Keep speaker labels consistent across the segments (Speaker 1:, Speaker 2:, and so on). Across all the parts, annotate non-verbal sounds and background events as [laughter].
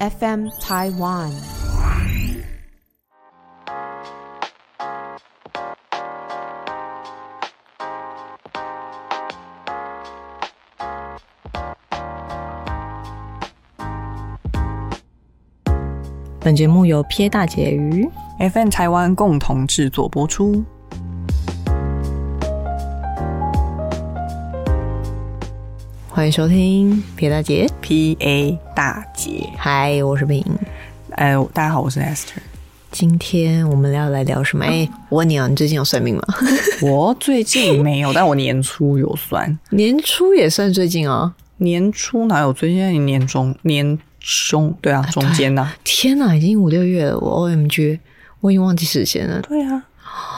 Speaker 1: FM Taiwan。
Speaker 2: 本节目由撇大姐鱼
Speaker 3: FM 台湾共同制作播出。
Speaker 2: 欢迎收听撇大姐。
Speaker 3: P A 大姐，
Speaker 2: 嗨，我是平。
Speaker 3: 呃，大家好，我是 Esther。
Speaker 2: 今天我们要来聊什么？哎、我问你啊，你最近有算命吗？
Speaker 3: 我最近没有，但我年初有算。
Speaker 2: 年初也算最近哦。
Speaker 3: 年初哪有？最近在年中、年中，对啊，中间呐、
Speaker 2: 天哪，已经五六月了，我 O M G，我已经忘记时间了。
Speaker 3: 对啊，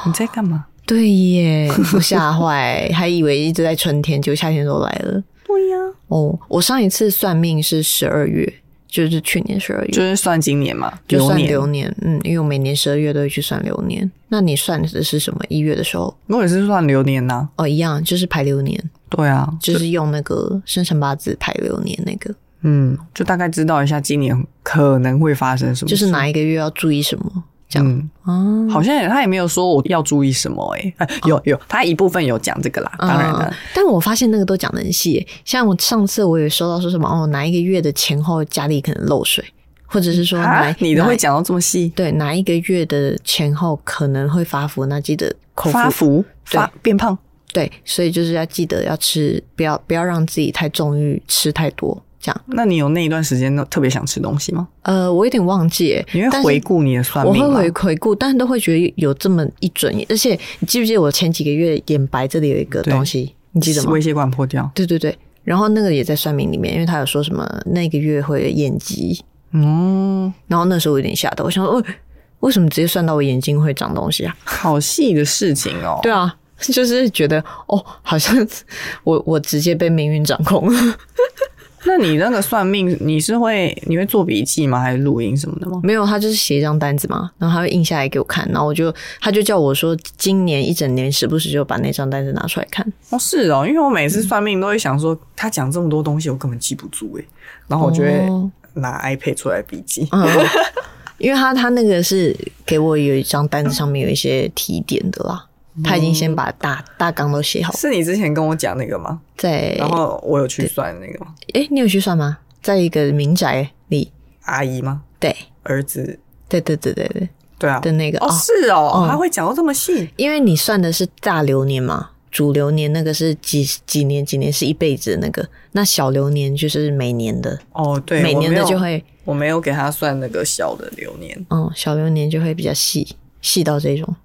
Speaker 3: 你在干嘛？
Speaker 2: 对耶，我吓坏，还以为一直在春天，结果夏天都来了。
Speaker 3: 对呀、
Speaker 2: 哦，我上一次算命是十二月，就是去年十二月，
Speaker 3: 就是算今年嘛，
Speaker 2: 就算
Speaker 3: 年。
Speaker 2: 流年。嗯，因为我每年十二月都会去算流年。那你算的是什么？一月的时候？
Speaker 3: 我也是算流年呐、
Speaker 2: 哦，一样，就是排流年，
Speaker 3: 对啊，
Speaker 2: 就是用那个生辰八字排流年那个，
Speaker 3: 嗯，就大概知道一下今年可能会发生什么事，
Speaker 2: 就是哪一个月要注意什么这样
Speaker 3: 嗯，
Speaker 2: 啊。
Speaker 3: 好像也他也没有说我要注意什么、欸，哎、有有，他一部分有讲这个啦，当然了
Speaker 2: 嗯，，但我发现那个都讲的很细耶，像我上次我也收到说什么哦，哪一个月的前后家里可能漏水，或者是说哪、
Speaker 3: 啊，你都
Speaker 2: 哪
Speaker 3: 会讲到这么细，
Speaker 2: 对哪一个月的前后可能会发福，那记得口
Speaker 3: 发福
Speaker 2: 对
Speaker 3: 发变胖，
Speaker 2: 对，所以就是要记得要吃，不要不要让自己太纵欲，吃太多这样。
Speaker 3: 那你有那一段时间都特别想吃东西吗？
Speaker 2: 呃，我有点忘记耶，
Speaker 3: 你会
Speaker 2: 但是
Speaker 3: 回顾你的算
Speaker 2: 我
Speaker 3: 命
Speaker 2: 会
Speaker 3: 吗
Speaker 2: 回？回顾，但都会觉得有这么一准。而且你记不记得我前几个月眼白这里有一个
Speaker 3: 对
Speaker 2: 东西，你记得吗
Speaker 3: 微？血管破掉，
Speaker 2: 对对对，然后那个也在算命里面，因为他有说什么那个月会有眼疾，
Speaker 3: 嗯，
Speaker 2: 然后那时候我有点吓到，我想说，哦，为什么直接算到我眼睛会长东西啊？
Speaker 3: 好细的事情哦。
Speaker 2: 对啊， [laughs] 就是觉得哦，好像我我直接被命运掌控了。
Speaker 3: 那你那个算命，你是会你会做笔记吗？还是录音什么的吗？
Speaker 2: 没有，他就是写一张单子嘛，然后他会印下来给我看，然后我就他就叫我说，今年一整年时不时就把那张单子拿出来看。
Speaker 3: 哦，是哦，因为我每次算命都会想说，他讲这么多东西，我根本记不住诶。然后我就会
Speaker 2: 哦
Speaker 3: 拿 iPad 出来笔记。
Speaker 2: 嗯，因为他他那个是给我有一张单子，上面有一些提点的啦。他已经先把大大纲都写好，
Speaker 3: 是你之前跟我讲那个吗？
Speaker 2: 在
Speaker 3: 然后我有去算那个吗？
Speaker 2: 诶，你有去算吗？在一个民宅里，
Speaker 3: 阿姨吗？
Speaker 2: 对
Speaker 3: 儿子？
Speaker 2: 对对对对对
Speaker 3: 对啊。
Speaker 2: 的那个
Speaker 3: 哦，
Speaker 2: 哦，
Speaker 3: 是哦
Speaker 2: 哦，
Speaker 3: 他会讲到这么细。
Speaker 2: 因为你算的是大流年嘛，主流年那个是几几年几年是一辈子的那个，那小流年就是每年的，
Speaker 3: 哦，对，
Speaker 2: 每
Speaker 3: 我
Speaker 2: 年
Speaker 3: 没
Speaker 2: 的
Speaker 3: 有
Speaker 2: 就会
Speaker 3: 我没有给他算那个小的流年。
Speaker 2: 嗯，小流年就会比较细细到这种，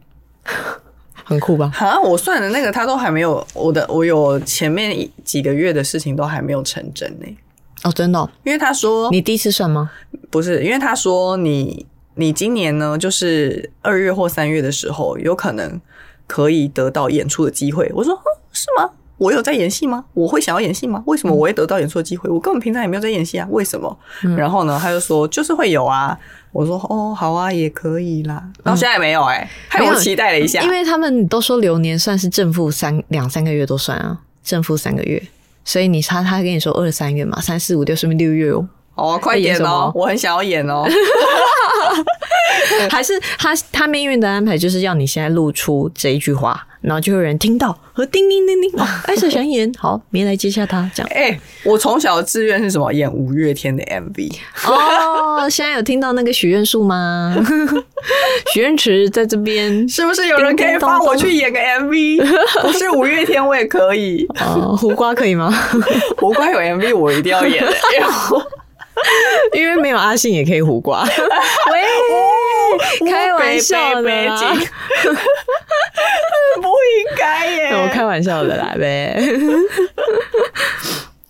Speaker 2: [laughs] 很酷吧？
Speaker 3: 好像我算的那个他都还没有，我的我有前面一几个月的事情都还没有成真呢、
Speaker 2: 哦，真的哦、
Speaker 3: 因为他说
Speaker 2: 你第一次算吗？
Speaker 3: 不是，因为他说你你今年呢，就是二月或三月的时候，有可能可以得到演出的机会。我说、嗯、是吗？我有在演戏吗？我会想要演戏吗？为什么我会得到演出的机会？我根本平常也没有在演戏啊，为什么？
Speaker 2: 嗯
Speaker 3: 然后呢，他就说就是会有啊。我说哦，好啊，也可以啦。然后现在没有哎、害
Speaker 2: 嗯没
Speaker 3: 我
Speaker 2: 有
Speaker 3: 期待了一下，
Speaker 2: 因为他们都说流年算是正负三两三个月都算啊，正负三个月，所以你他他跟你说二三月嘛，三四五六，说明六月哦。
Speaker 3: 哦，快
Speaker 2: 演
Speaker 3: 点
Speaker 2: 什
Speaker 3: 哦
Speaker 2: 么，
Speaker 3: 我很想要
Speaker 2: [laughs]
Speaker 3: 演哦。
Speaker 2: 还是他他命运的安排就是要你现在露出这一句话，然后就有人听到和叮叮叮 [laughs] 叮，哦，艾瑟想演，好，明天来接下他这样。
Speaker 3: 哎、我从小的志愿是什么？演五月天的 MV。
Speaker 2: 哦，现在有听到那个许愿树吗？ [laughs] 许愿池在这边
Speaker 3: 是不是有人可以帮我去演个 MV？不是五月天，我也可以。
Speaker 2: 哦， [laughs] 胡瓜可以吗？
Speaker 3: 胡瓜有 MV，我一定要演的。
Speaker 2: [laughs] 因为没有阿信也可以胡 [laughs] 瓜。喂，开玩笑的啦，
Speaker 3: 北北北京不应该耶！
Speaker 2: 我开玩笑的啦 [laughs] 呗。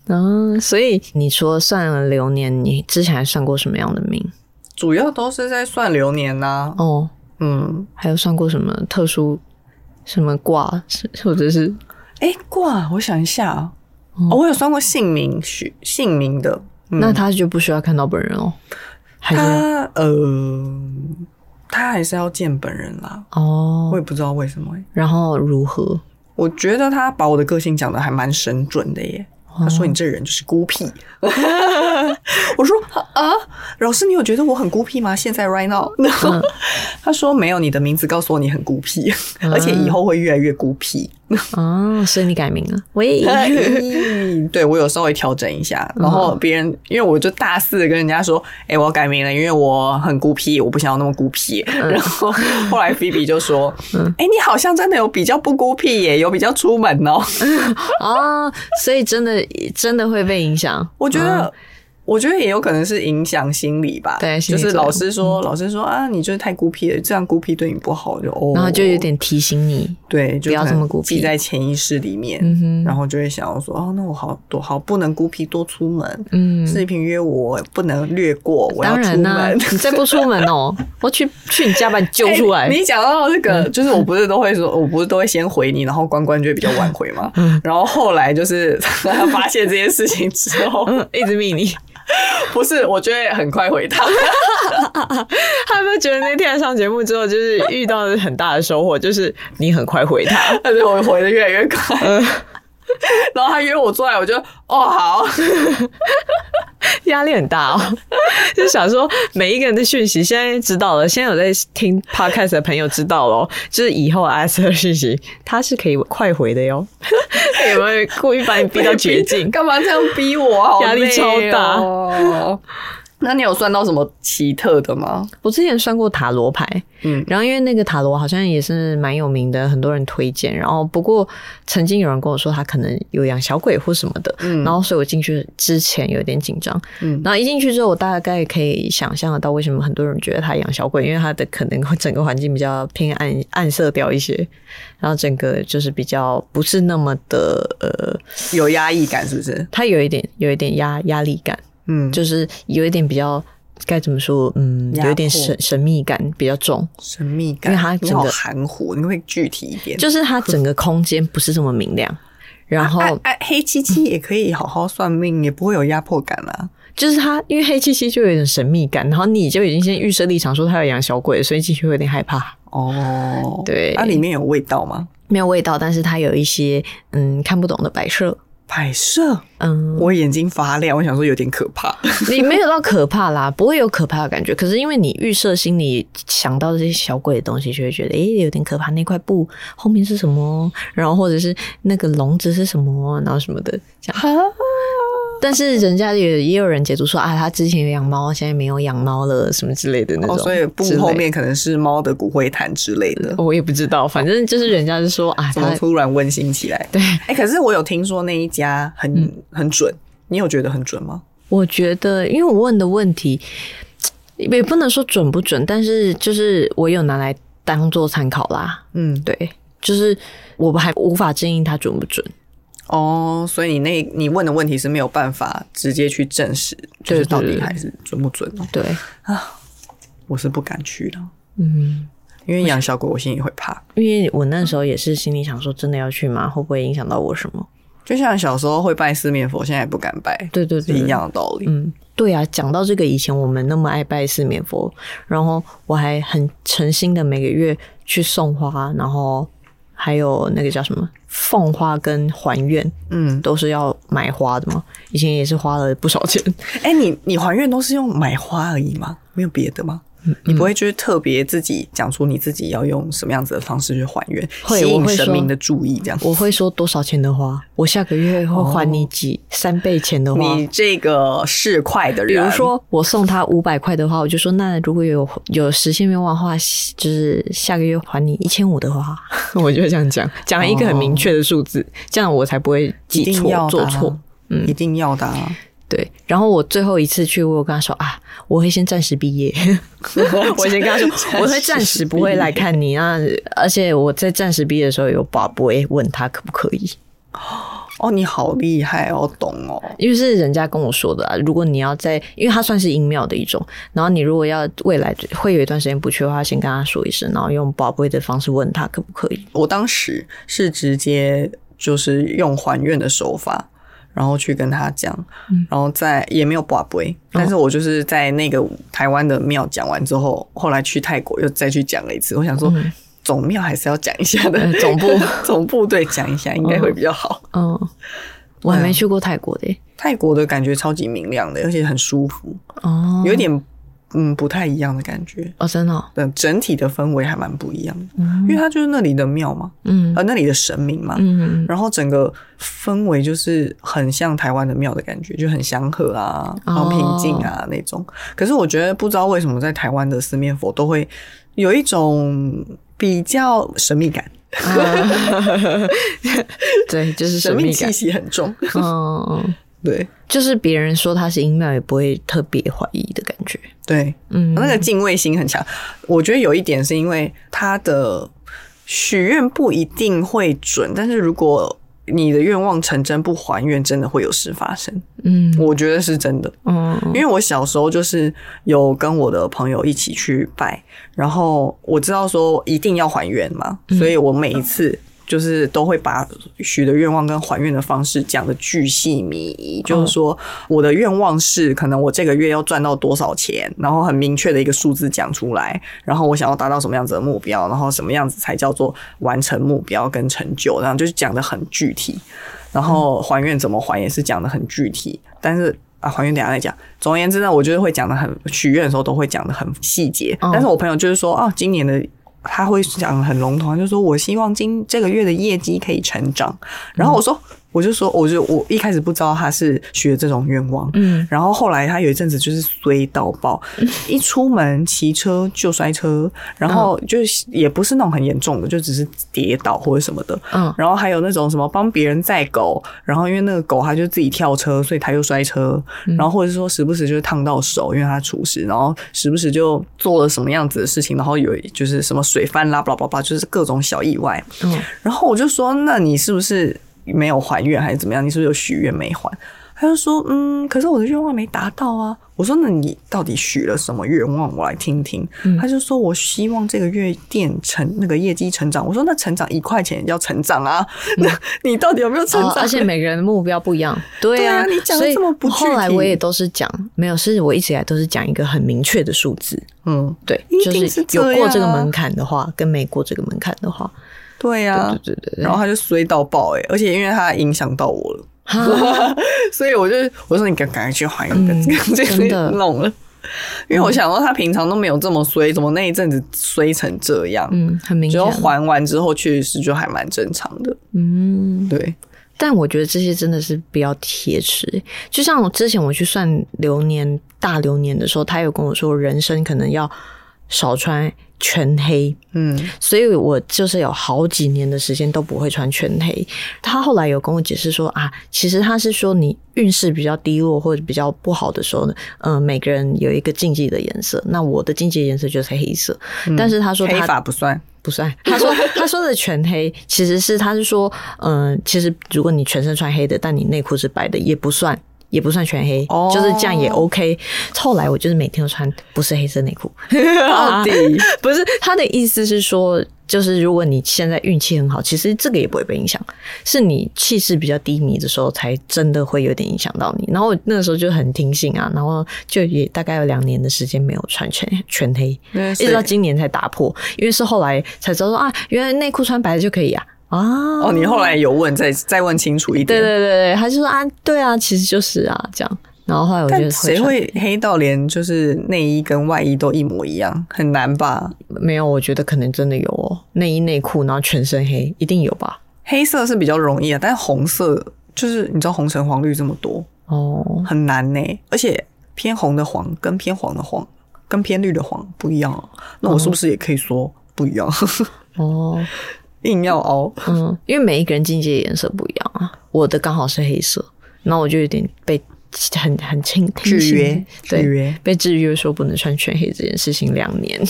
Speaker 2: 嗯，所以你除了算了流年，你之前还算过什么样的命？
Speaker 3: 主要都是在算流年呐、
Speaker 2: 哦，
Speaker 3: 嗯，
Speaker 2: 还有算过什么特殊什么卦，是或者是
Speaker 3: 哎、卦，我想一下啊、哦，我有算过姓名许姓名的。嗯
Speaker 2: 那他就不需要看到本人哦，还是
Speaker 3: 他呃，他还是要见本人啦。我
Speaker 2: 哦，
Speaker 3: 也不知道为什么耶、
Speaker 2: 然后如何？
Speaker 3: 我觉得他把我的个性讲的还蛮神准的耶。他说你这人就是孤僻。 [laughs] 我说啊，老师，你有觉得我很孤僻吗？现在 right now，然后、 [laughs] 他说没有，你的名字告诉我你很孤僻，而且以后会越来越孤僻。
Speaker 2: 哦，所以你改名了， [laughs] 喂，
Speaker 3: 对我有稍微调整一下，然后别人因为我就大肆的跟人家说，哎、我要改名了，因为我很孤僻，我不想要那么孤僻。然后后来菲比就说，哎、你好像真的有比较不孤僻耶，有比较出门哦。
Speaker 2: 哦，所以真的真的会被影响，
Speaker 3: 我觉得。我觉得也有可能是影响心理吧，
Speaker 2: 嗯对心
Speaker 3: 就
Speaker 2: 理
Speaker 3: 是
Speaker 2: 作用嗯
Speaker 3: 老师说，老师说啊，你就是太孤僻了，这样孤僻对你不好，就哦，
Speaker 2: 然后就有点提醒你，
Speaker 3: 对，就
Speaker 2: 不要
Speaker 3: 可
Speaker 2: 这么
Speaker 3: 能
Speaker 2: 孤僻
Speaker 3: 记在潜意识里面，
Speaker 2: 嗯哼
Speaker 3: 然后就会想要说，哦，那我好多好不能孤僻，多出门，
Speaker 2: 嗯
Speaker 3: 视频约我不能略过，我要
Speaker 2: 当
Speaker 3: 出
Speaker 2: 然啦、 [laughs]
Speaker 3: 门。
Speaker 2: 你再不出门 [laughs] 哦，我去去你家把你揪
Speaker 3: [laughs] 哎
Speaker 2: 出来。嗯
Speaker 3: 你讲到这个，就是我不是都会说，我不是都会先回你，然后关关就会比较晚回
Speaker 2: [laughs]
Speaker 3: 嘛。
Speaker 2: 嗯
Speaker 3: 然后后来就是 [laughs] 他发现这件事情之后，
Speaker 2: 嗯，一直密你，
Speaker 3: 不是，我就会很快回他。
Speaker 2: [laughs] 他有没有觉得那天来上节目之后，就是遇到了很大的收获，就是你很快回他，
Speaker 3: 但是我回的越来越快。
Speaker 2: 嗯
Speaker 3: [laughs] 然后他约我出来，我就哦好，？
Speaker 2: [laughs] 压力很大哦。就想说每一个人的讯息，现在知道了，现在有在听 podcast 的朋友知道了哦，就是以后阿 Sir 的讯息，他是可以快回的哟。 [laughs] 有没有故意把你逼到绝境
Speaker 3: 干嘛这样逼我？好
Speaker 2: 压力超大
Speaker 3: 大。那你有算到什么奇特的吗？
Speaker 2: 我之前算过塔罗牌，
Speaker 3: 嗯
Speaker 2: 嗯，然后因为那个塔罗好像也是蛮有名的，很多人推荐。然后不过曾经有人跟我说他可能有养小鬼或什么的，
Speaker 3: 嗯
Speaker 2: 然后所以我进去之前有点紧张，
Speaker 3: 嗯
Speaker 2: 嗯，然后一进去之后，我大概可以想象得到为什么很多人觉得他养小鬼，因为他的可能整个环境比较偏暗暗色调一些，然后整个就是比较不是那么的呃，
Speaker 3: 有压抑感是不是？
Speaker 2: 他有一点有一点压压力感，
Speaker 3: 嗯，
Speaker 2: 就是有一点比较该怎么说，嗯，
Speaker 3: 压迫
Speaker 2: 有一点神神秘感比较重，
Speaker 3: 神秘感，
Speaker 2: 因为它整
Speaker 3: 你
Speaker 2: 个
Speaker 3: 好含糊，你会具体一点。
Speaker 2: 就是它整个空间不是这么明亮， [laughs] 然后
Speaker 3: 哎哎，黑漆漆也可以好好算命，也不会有压迫感啊啦、
Speaker 2: 就是它因为黑漆漆就有点神秘感，然后你就已经先预设立场说它有养小鬼，所以进去会有点害怕，
Speaker 3: 哦，
Speaker 2: [laughs] 对
Speaker 3: 它、里面有味道吗？
Speaker 2: 没有味道，但是它有一些嗯看不懂的摆设，
Speaker 3: 摆设，
Speaker 2: 嗯，
Speaker 3: 我眼睛发亮，我想说有点可怕。
Speaker 2: 你没有到可怕啦，不会有可怕的感觉。可是因为你预设心里想到这些小鬼的东西，就会觉得诶、有点可怕。那块布后面是什么？然后或者是那个笼子是什么？然后什么的这样。但是人家也也有人解读说啊，他之前有养猫，现在没有养猫了，什么之类的嗯那种。
Speaker 3: 哦，所以布
Speaker 2: 之类
Speaker 3: 后面可能是猫的骨灰坛之类的。
Speaker 2: 我也不知道，反正就是人家就说啊，
Speaker 3: 怎么
Speaker 2: 他
Speaker 3: 突然温馨起来？
Speaker 2: 对，嗯
Speaker 3: 哎、可是我有听说那一家很、很准，你有觉得很准吗？
Speaker 2: 我觉得，因为我问的问题也不能说准不准，但是就是我有拿来当做参考啦。
Speaker 3: 嗯，
Speaker 2: 对，就是我们还无法证明它准不准，
Speaker 3: 哦，所以你那你问的问题是没有办法直接去证实，就是
Speaker 2: 对对
Speaker 3: 到底
Speaker 2: 对
Speaker 3: 还是准不准哦。
Speaker 2: 对，
Speaker 3: 我是不敢去的，
Speaker 2: 嗯，
Speaker 3: 因为养小狗我心里会怕。
Speaker 2: 因为我那时候也是心里想说，真的要去吗？会不会影响到我什么？
Speaker 3: 就像小时候会拜四面佛，现在也不敢拜，
Speaker 2: 对对
Speaker 3: 是
Speaker 2: 对，
Speaker 3: 一样的道理。
Speaker 2: 嗯，对啊，讲到这个，以前我们那么爱拜四面佛，然后我还很诚心的每个月去送花，然后还有那个叫什么奉花跟还愿，
Speaker 3: 嗯，
Speaker 2: 都是要买花的嘛。以前也是花了不少钱，
Speaker 3: 哎、你你还愿都是用买花而已吗？没有别的吗？
Speaker 2: 嗯
Speaker 3: 你不会就是特别自己讲出你自己要用什么样子的方式去还愿，
Speaker 2: 会
Speaker 3: 吸
Speaker 2: 我
Speaker 3: 引
Speaker 2: 会
Speaker 3: 神
Speaker 2: 说
Speaker 3: 明的注意这样？
Speaker 2: 我会说多少钱的花，我下个月会还你几、三倍钱的花。
Speaker 3: 你这个市侩的人，
Speaker 2: 比如说我送他五百块的话，我就说那如果有有实现愿望的话，就是下个月还你一千五的话， [laughs] 我就会这样讲，讲一个很明确的数字，这样我才不会
Speaker 3: 哦一
Speaker 2: 记
Speaker 3: 定
Speaker 2: 错
Speaker 3: 要的
Speaker 2: 做
Speaker 3: 啊
Speaker 2: 错。，
Speaker 3: 嗯，一定要
Speaker 2: [laughs]
Speaker 3: 的、啊。
Speaker 2: 对，然后我最后一次去，我有跟他说啊，我会先暂时毕
Speaker 3: [laughs]
Speaker 2: 业，我先跟 [laughs] 他说，我会暂时不会来看你啊，而且我在暂时毕业的时候有宝不会问他可不可以，
Speaker 3: 哦，你好厉害哦，懂哦。
Speaker 2: 因为是人家跟我说的啊。如果你要在，因为它算是音庙的一种，然后你如果要未来会有一段时间不去的话，先跟他说一声，然后用宝贵的方式问他可不可以。
Speaker 3: 我当时是直接就是用还愿的手法，然后去跟他讲，
Speaker 2: 嗯
Speaker 3: 然后在也没有挂杯，但
Speaker 2: 哦
Speaker 3: 是我就是在那个台湾的庙讲完之后，后来去泰国又再去讲了一次。我想说，总庙还是要讲一下的
Speaker 2: 嗯
Speaker 3: [laughs]
Speaker 2: 呃，总部哦
Speaker 3: 总部对讲一下应该会比较好。
Speaker 2: 嗯，我还没去过泰国的耶、
Speaker 3: 泰国的感觉超级明亮的，而且很舒服，
Speaker 2: 哦，
Speaker 3: 有点嗯不太一样的感觉。
Speaker 2: 哦，真的哦、
Speaker 3: 但整体的氛围还蛮不一样的，
Speaker 2: 嗯
Speaker 3: 因为它就是那里的庙嘛，
Speaker 2: 嗯
Speaker 3: 呃，那里的神明嘛，
Speaker 2: 嗯，
Speaker 3: 然后整个氛围就是很像台湾的庙的感觉，就很祥和啊，
Speaker 2: 哦
Speaker 3: 然后平静啊、那种。可是我觉得不知道为什么在台湾的四面佛都会有一种比较神秘感，
Speaker 2: 嗯
Speaker 3: [laughs]
Speaker 2: 啊对，就是神秘
Speaker 3: 气
Speaker 2: 感，
Speaker 3: 息很重。 [laughs]
Speaker 2: 嗯嗯，嗯
Speaker 3: 对
Speaker 2: 就是别人说它是阴庙，也不会特别怀疑的感觉，
Speaker 3: 对，
Speaker 2: 嗯，
Speaker 3: 那个敬畏心很强。我觉得有一点是因为他的许愿不一定会准，但是如果你的愿望成真不还愿，真的会有事发生。
Speaker 2: 嗯
Speaker 3: 我觉得是真的。
Speaker 2: 嗯
Speaker 3: 因为我小时候就是有跟我的朋友一起去拜，然后我知道说一定要还愿嘛，所以我每一次就是都会把许的愿望跟还愿的方式讲的巨细靡遗，就是说我的愿望是可能我这个月要赚到多少钱，然后很明确的一个数字讲出来，然后我想要达到什么样子的目标，然后什么样子才叫做完成目标跟成就，然后就是讲的很具体。然后还愿怎么还也是讲的很具体，但是啊，还愿等一下再讲。总而言之呢，我就是会讲的很许愿的时候都会讲的很细节，
Speaker 2: 嗯
Speaker 3: 但是我朋友就是说啊，今年的。他会讲得很笼统，他就说我希望今这个月的业绩可以成长。然后我说，我就说，我就我一开始不知道他是许了这种愿望，
Speaker 2: 嗯
Speaker 3: 然后后来他有一阵子就是衰到爆，一出门骑车就摔车，然后就是也不是那种很严重的，就只是跌倒或者什么的。
Speaker 2: 嗯
Speaker 3: 然后还有那种什么帮别人载狗，然后因为那个狗它就自己跳车，所以它又摔车，然后或者是说时不时就烫到手，因为它厨师，然后时不时就做了什么样子的事情，然后有就是什么水翻啦，巴拉巴拉巴拉，就是各种小意外。
Speaker 2: 嗯
Speaker 3: 然后我就说，那你是不是没有还愿还是怎么样？你是不是有许愿没还？他就说，嗯，可是我的愿望没达到啊。我说，那你到底许了什么愿望？我来听听。
Speaker 2: 嗯
Speaker 3: 他就说，我希望这个月店成那个业绩成长。我说，那成长一块钱也叫成长啊？那 [laughs] 你到底有没有成
Speaker 2: 嗯哦
Speaker 3: 长？，
Speaker 2: 而且每个人的目标不一样，对啊，
Speaker 3: [laughs] 对啊你讲得
Speaker 2: 所以
Speaker 3: 这么不具体
Speaker 2: 后来我也都是讲，没有，是我一直以来都是讲一个很明确的数字，
Speaker 3: 嗯，
Speaker 2: 对，
Speaker 3: 一
Speaker 2: 就
Speaker 3: 定是这
Speaker 2: 有
Speaker 3: 样啊
Speaker 2: 过这个门槛的话，跟没过这个门槛的话，
Speaker 3: 对呀、
Speaker 2: 对对对对，
Speaker 3: 然后他就衰到爆哎、欸，而且因为他影响到我了， [laughs] 所以我就我说你赶赶快去还原，
Speaker 2: 啊嗯
Speaker 3: 赶快
Speaker 2: 真
Speaker 3: 去
Speaker 2: 的
Speaker 3: 弄了。因为我想说他平常都没有这么衰，怎么那一阵子衰成这样？
Speaker 2: 嗯，很明
Speaker 3: 只
Speaker 2: 显
Speaker 3: 有，还完之后，确实就还蛮正常的。
Speaker 2: 嗯，
Speaker 3: 对，
Speaker 2: 但我觉得这些真的是比较贴齿。就像我之前我去算流年大流年的时候，他有跟我说，人生可能要少穿全黑，
Speaker 3: 嗯，
Speaker 2: 所以我就是有好几年的时间都不会穿全黑。他后来有跟我解释说啊，其实他是说你运势比较低落或者比较不好的时候呢，嗯、每个人有一个禁忌的颜色，那我的禁忌的颜色就是黑色。但是他说
Speaker 3: 嗯黑
Speaker 2: 他
Speaker 3: 发不算。
Speaker 2: 不算，他说 [laughs] 他说的全黑其实是他是说，嗯、其实如果你全身穿黑的，但你内裤是白的，也不算。也不算全黑
Speaker 3: 哦
Speaker 2: 就是这样也 OK。后来我就是每天都穿不是黑色内裤，
Speaker 3: 到底 [laughs]
Speaker 2: 不是他的意思是说，就是如果你现在运气很好，其实这个也不会被影响，是你呃气势比较低迷的时候，才真的会有点影响到你。然后我那个时候就很听信啊，然后就也大概有两年的时间没有穿全全黑，
Speaker 3: 那
Speaker 2: 一直
Speaker 3: 是
Speaker 2: 到今年才打破，因为是后来才知道说啊，原来内裤穿白的就可以啊。啊，
Speaker 3: 哦，你后来有问，再再问清楚一
Speaker 2: 对
Speaker 3: 点。
Speaker 2: 对对对，他就说啊，对啊，其实就是啊，这样。然后后来我就
Speaker 3: 但谁
Speaker 2: 穿
Speaker 3: 会黑到连就是内衣跟外衣都一模一样？很难吧？
Speaker 2: 没有？我觉得可能真的有哦，内衣内裤，然后全身黑，一定有吧？
Speaker 3: 黑色是比较容易啊，但红色就是你知道红橙黄绿这么多，
Speaker 2: 哦，
Speaker 3: 很难呢、而且偏红的黄跟偏黄的黄跟偏绿的黄不一样啊、那我是不是也可以说不一样？ [laughs]
Speaker 2: 哦，
Speaker 3: 硬要熬，
Speaker 2: 嗯，因为每一个人境界颜色不一样啊。我的刚好是黑色，然后我就有点被很很轻
Speaker 3: [laughs] 制约
Speaker 2: 对，
Speaker 3: 制约
Speaker 2: 被制约说不能穿全黑这件事情两年。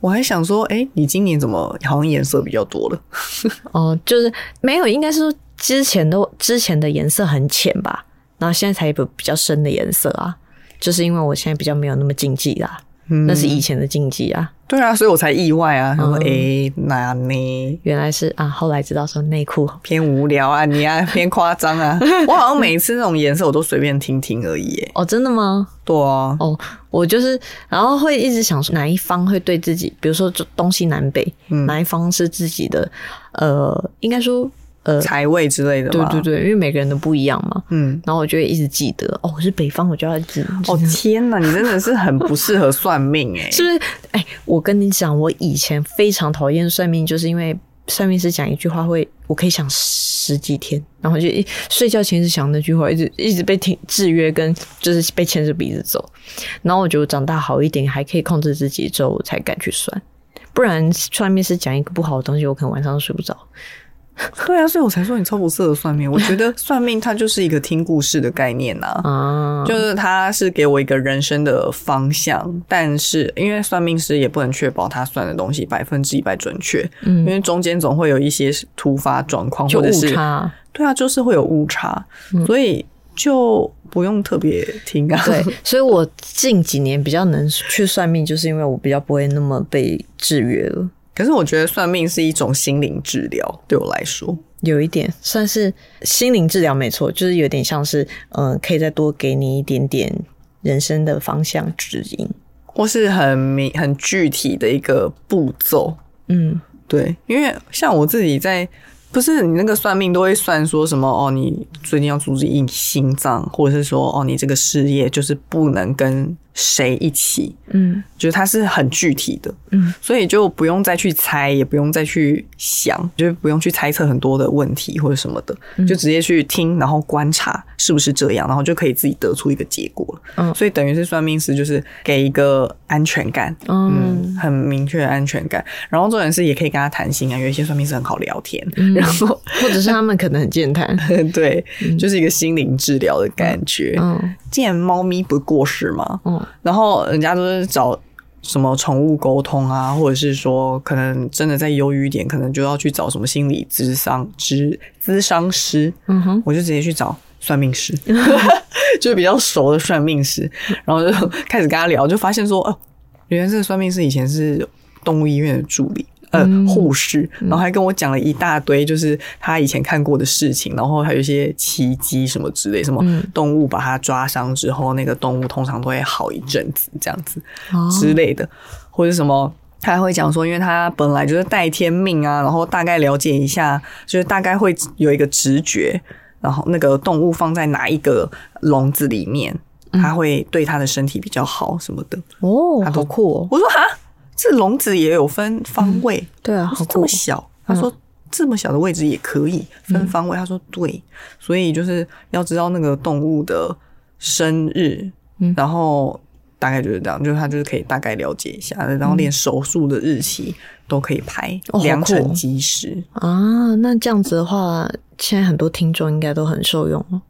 Speaker 3: 我还想说，哎、你今年怎么好像颜色比较多了？
Speaker 2: 哦，就是没有，应该是说之前的之前的颜色很浅吧，然后现在才有比较深的颜色啊。就是因为我现在比较没有那么禁忌啦，[laughs]
Speaker 3: 嗯
Speaker 2: 那是以前的禁忌啊。
Speaker 3: 对啊，所以我才意外啊。然后
Speaker 2: 嗯
Speaker 3: 哎，哪呢？
Speaker 2: 原来是啊，后来知道说内裤
Speaker 3: 偏无聊啊，
Speaker 2: [laughs]
Speaker 3: 你啊偏夸张啊。我好像每一次那种颜色我都随便听听而已、欸。
Speaker 2: 哦，真的吗？
Speaker 3: 对啊，
Speaker 2: 哦，我就是，然后会一直想说哪一方会对自己，比如说就东西南北，
Speaker 3: 嗯
Speaker 2: 哪一方是自己的，呃，应该说呃，
Speaker 3: 财位之类的
Speaker 2: 对
Speaker 3: 吧？
Speaker 2: 对
Speaker 3: 对，
Speaker 2: 对，因为每个人的不一样嘛。
Speaker 3: 嗯。
Speaker 2: 然后我就会一直记得，哦，我是北方，我就要记。
Speaker 3: 哦天哪，你真的是很不适合算命哎、
Speaker 2: 是不是？哎、我跟你讲，我以前非常讨厌算命，就是因为算命师讲一句话会，我可以想十几天，然后就一睡觉前是想那句话，一直一直被听制约跟就是被牵着鼻子走。然后我觉得我长大好一点，还可以控制自己之后，我才敢去算。不然算命师讲一个不好的东西，我可能晚上都睡不着。
Speaker 3: 对啊，所以我才说你超不适合算命。我
Speaker 2: [laughs]
Speaker 3: 觉得算命它就是一个听故事的概念呐、
Speaker 2: 啊，
Speaker 3: 就是它是给我一个人生的方向，但是因为算命师也不能确保他算的东西百分之一百准确，
Speaker 2: 嗯，
Speaker 3: 因为中间总会有一些突发状况，
Speaker 2: 就
Speaker 3: 或者
Speaker 2: 误
Speaker 3: 是
Speaker 2: 差。嗯
Speaker 3: 对啊，就是会有误差，所以就不用特别听啊。
Speaker 2: 对，所以我近几年比较能去算命，就是因为我比较不会那么被制约了。
Speaker 3: [laughs] 可是我觉得算命是一种心灵治疗，对我来说，
Speaker 2: 有一点算是心灵治疗，没错，就是有点像是，嗯、可以再多给你一点点人生的方向指引。
Speaker 3: 或是很明很具体的一个步骤。
Speaker 2: 嗯，
Speaker 3: 对，因为像我自己在，不是你那个算命都会算说什么哦，你最近要注意心脏，或者是说哦，你这个事业就是不能跟谁一起，
Speaker 2: 嗯，
Speaker 3: 就是它是很具体的，
Speaker 2: 嗯，
Speaker 3: 所以就不用再去猜，也不用再去想，就是不用去猜测很多的问题或者什么的，
Speaker 2: 嗯
Speaker 3: 就直接去听，然后观察是不是这样，然后就可以自己得出一个结果了。
Speaker 2: 嗯
Speaker 3: 所以等于是算命师就是给一个安全感，嗯，很明确的安全感。然后重点是也可以跟他谈心啊，有一些算命师很好聊天，然后 [laughs]
Speaker 2: 或者是他们可能很健谈，
Speaker 3: 对，就是一个心灵治疗的感觉。
Speaker 2: 嗯
Speaker 3: 见猫咪不过是吗？
Speaker 2: 嗯
Speaker 3: 然后人家都是找什么宠物沟通啊，或者是说可能真的在忧郁一点，可能就要去找什么心理咨商咨咨商师，
Speaker 2: 嗯哼，
Speaker 3: 我就直接去找算
Speaker 2: [laughs]
Speaker 3: 命师，就是比较熟的算命师，然后就开始跟他聊，就发现说，哦，原来这个算命师以前是动物医院的助理。呃，
Speaker 2: 嗯
Speaker 3: 护士，然后还跟我讲了一大堆，就是他以前看过的事情，然后还有一些奇迹什么之类，什么
Speaker 2: 嗯
Speaker 3: 动物把它抓伤之后，那个动物通常都会好一阵子这样子。
Speaker 2: 哦
Speaker 3: 之类的，或者什么。他还会讲说，因为他本来就是带天命啊，然后大概了解一下，就是大概会有一个直觉，然后那个动物放在哪一个笼子里面，它会对它的身体比较好什么的。
Speaker 2: 哦，
Speaker 3: 他都
Speaker 2: 好酷哦，
Speaker 3: 我说哈，这笼子也有分方位，
Speaker 2: 对啊，
Speaker 3: 我
Speaker 2: 好
Speaker 3: 说这
Speaker 2: 酷
Speaker 3: 么，小，他
Speaker 2: 嗯
Speaker 3: 说这么小的位置也可以分方位，他说对，所以就是要知道那个动物的生日，
Speaker 2: 嗯
Speaker 3: 然后大概就是这样，就是他就是可以大概了解一下，然后连手术的日期都可以排
Speaker 2: 嗯哦好酷哦，
Speaker 3: 良辰吉时。
Speaker 2: 啊，那这样子的话，现在很多听众应该都很受用
Speaker 3: [laughs]
Speaker 2: 哦。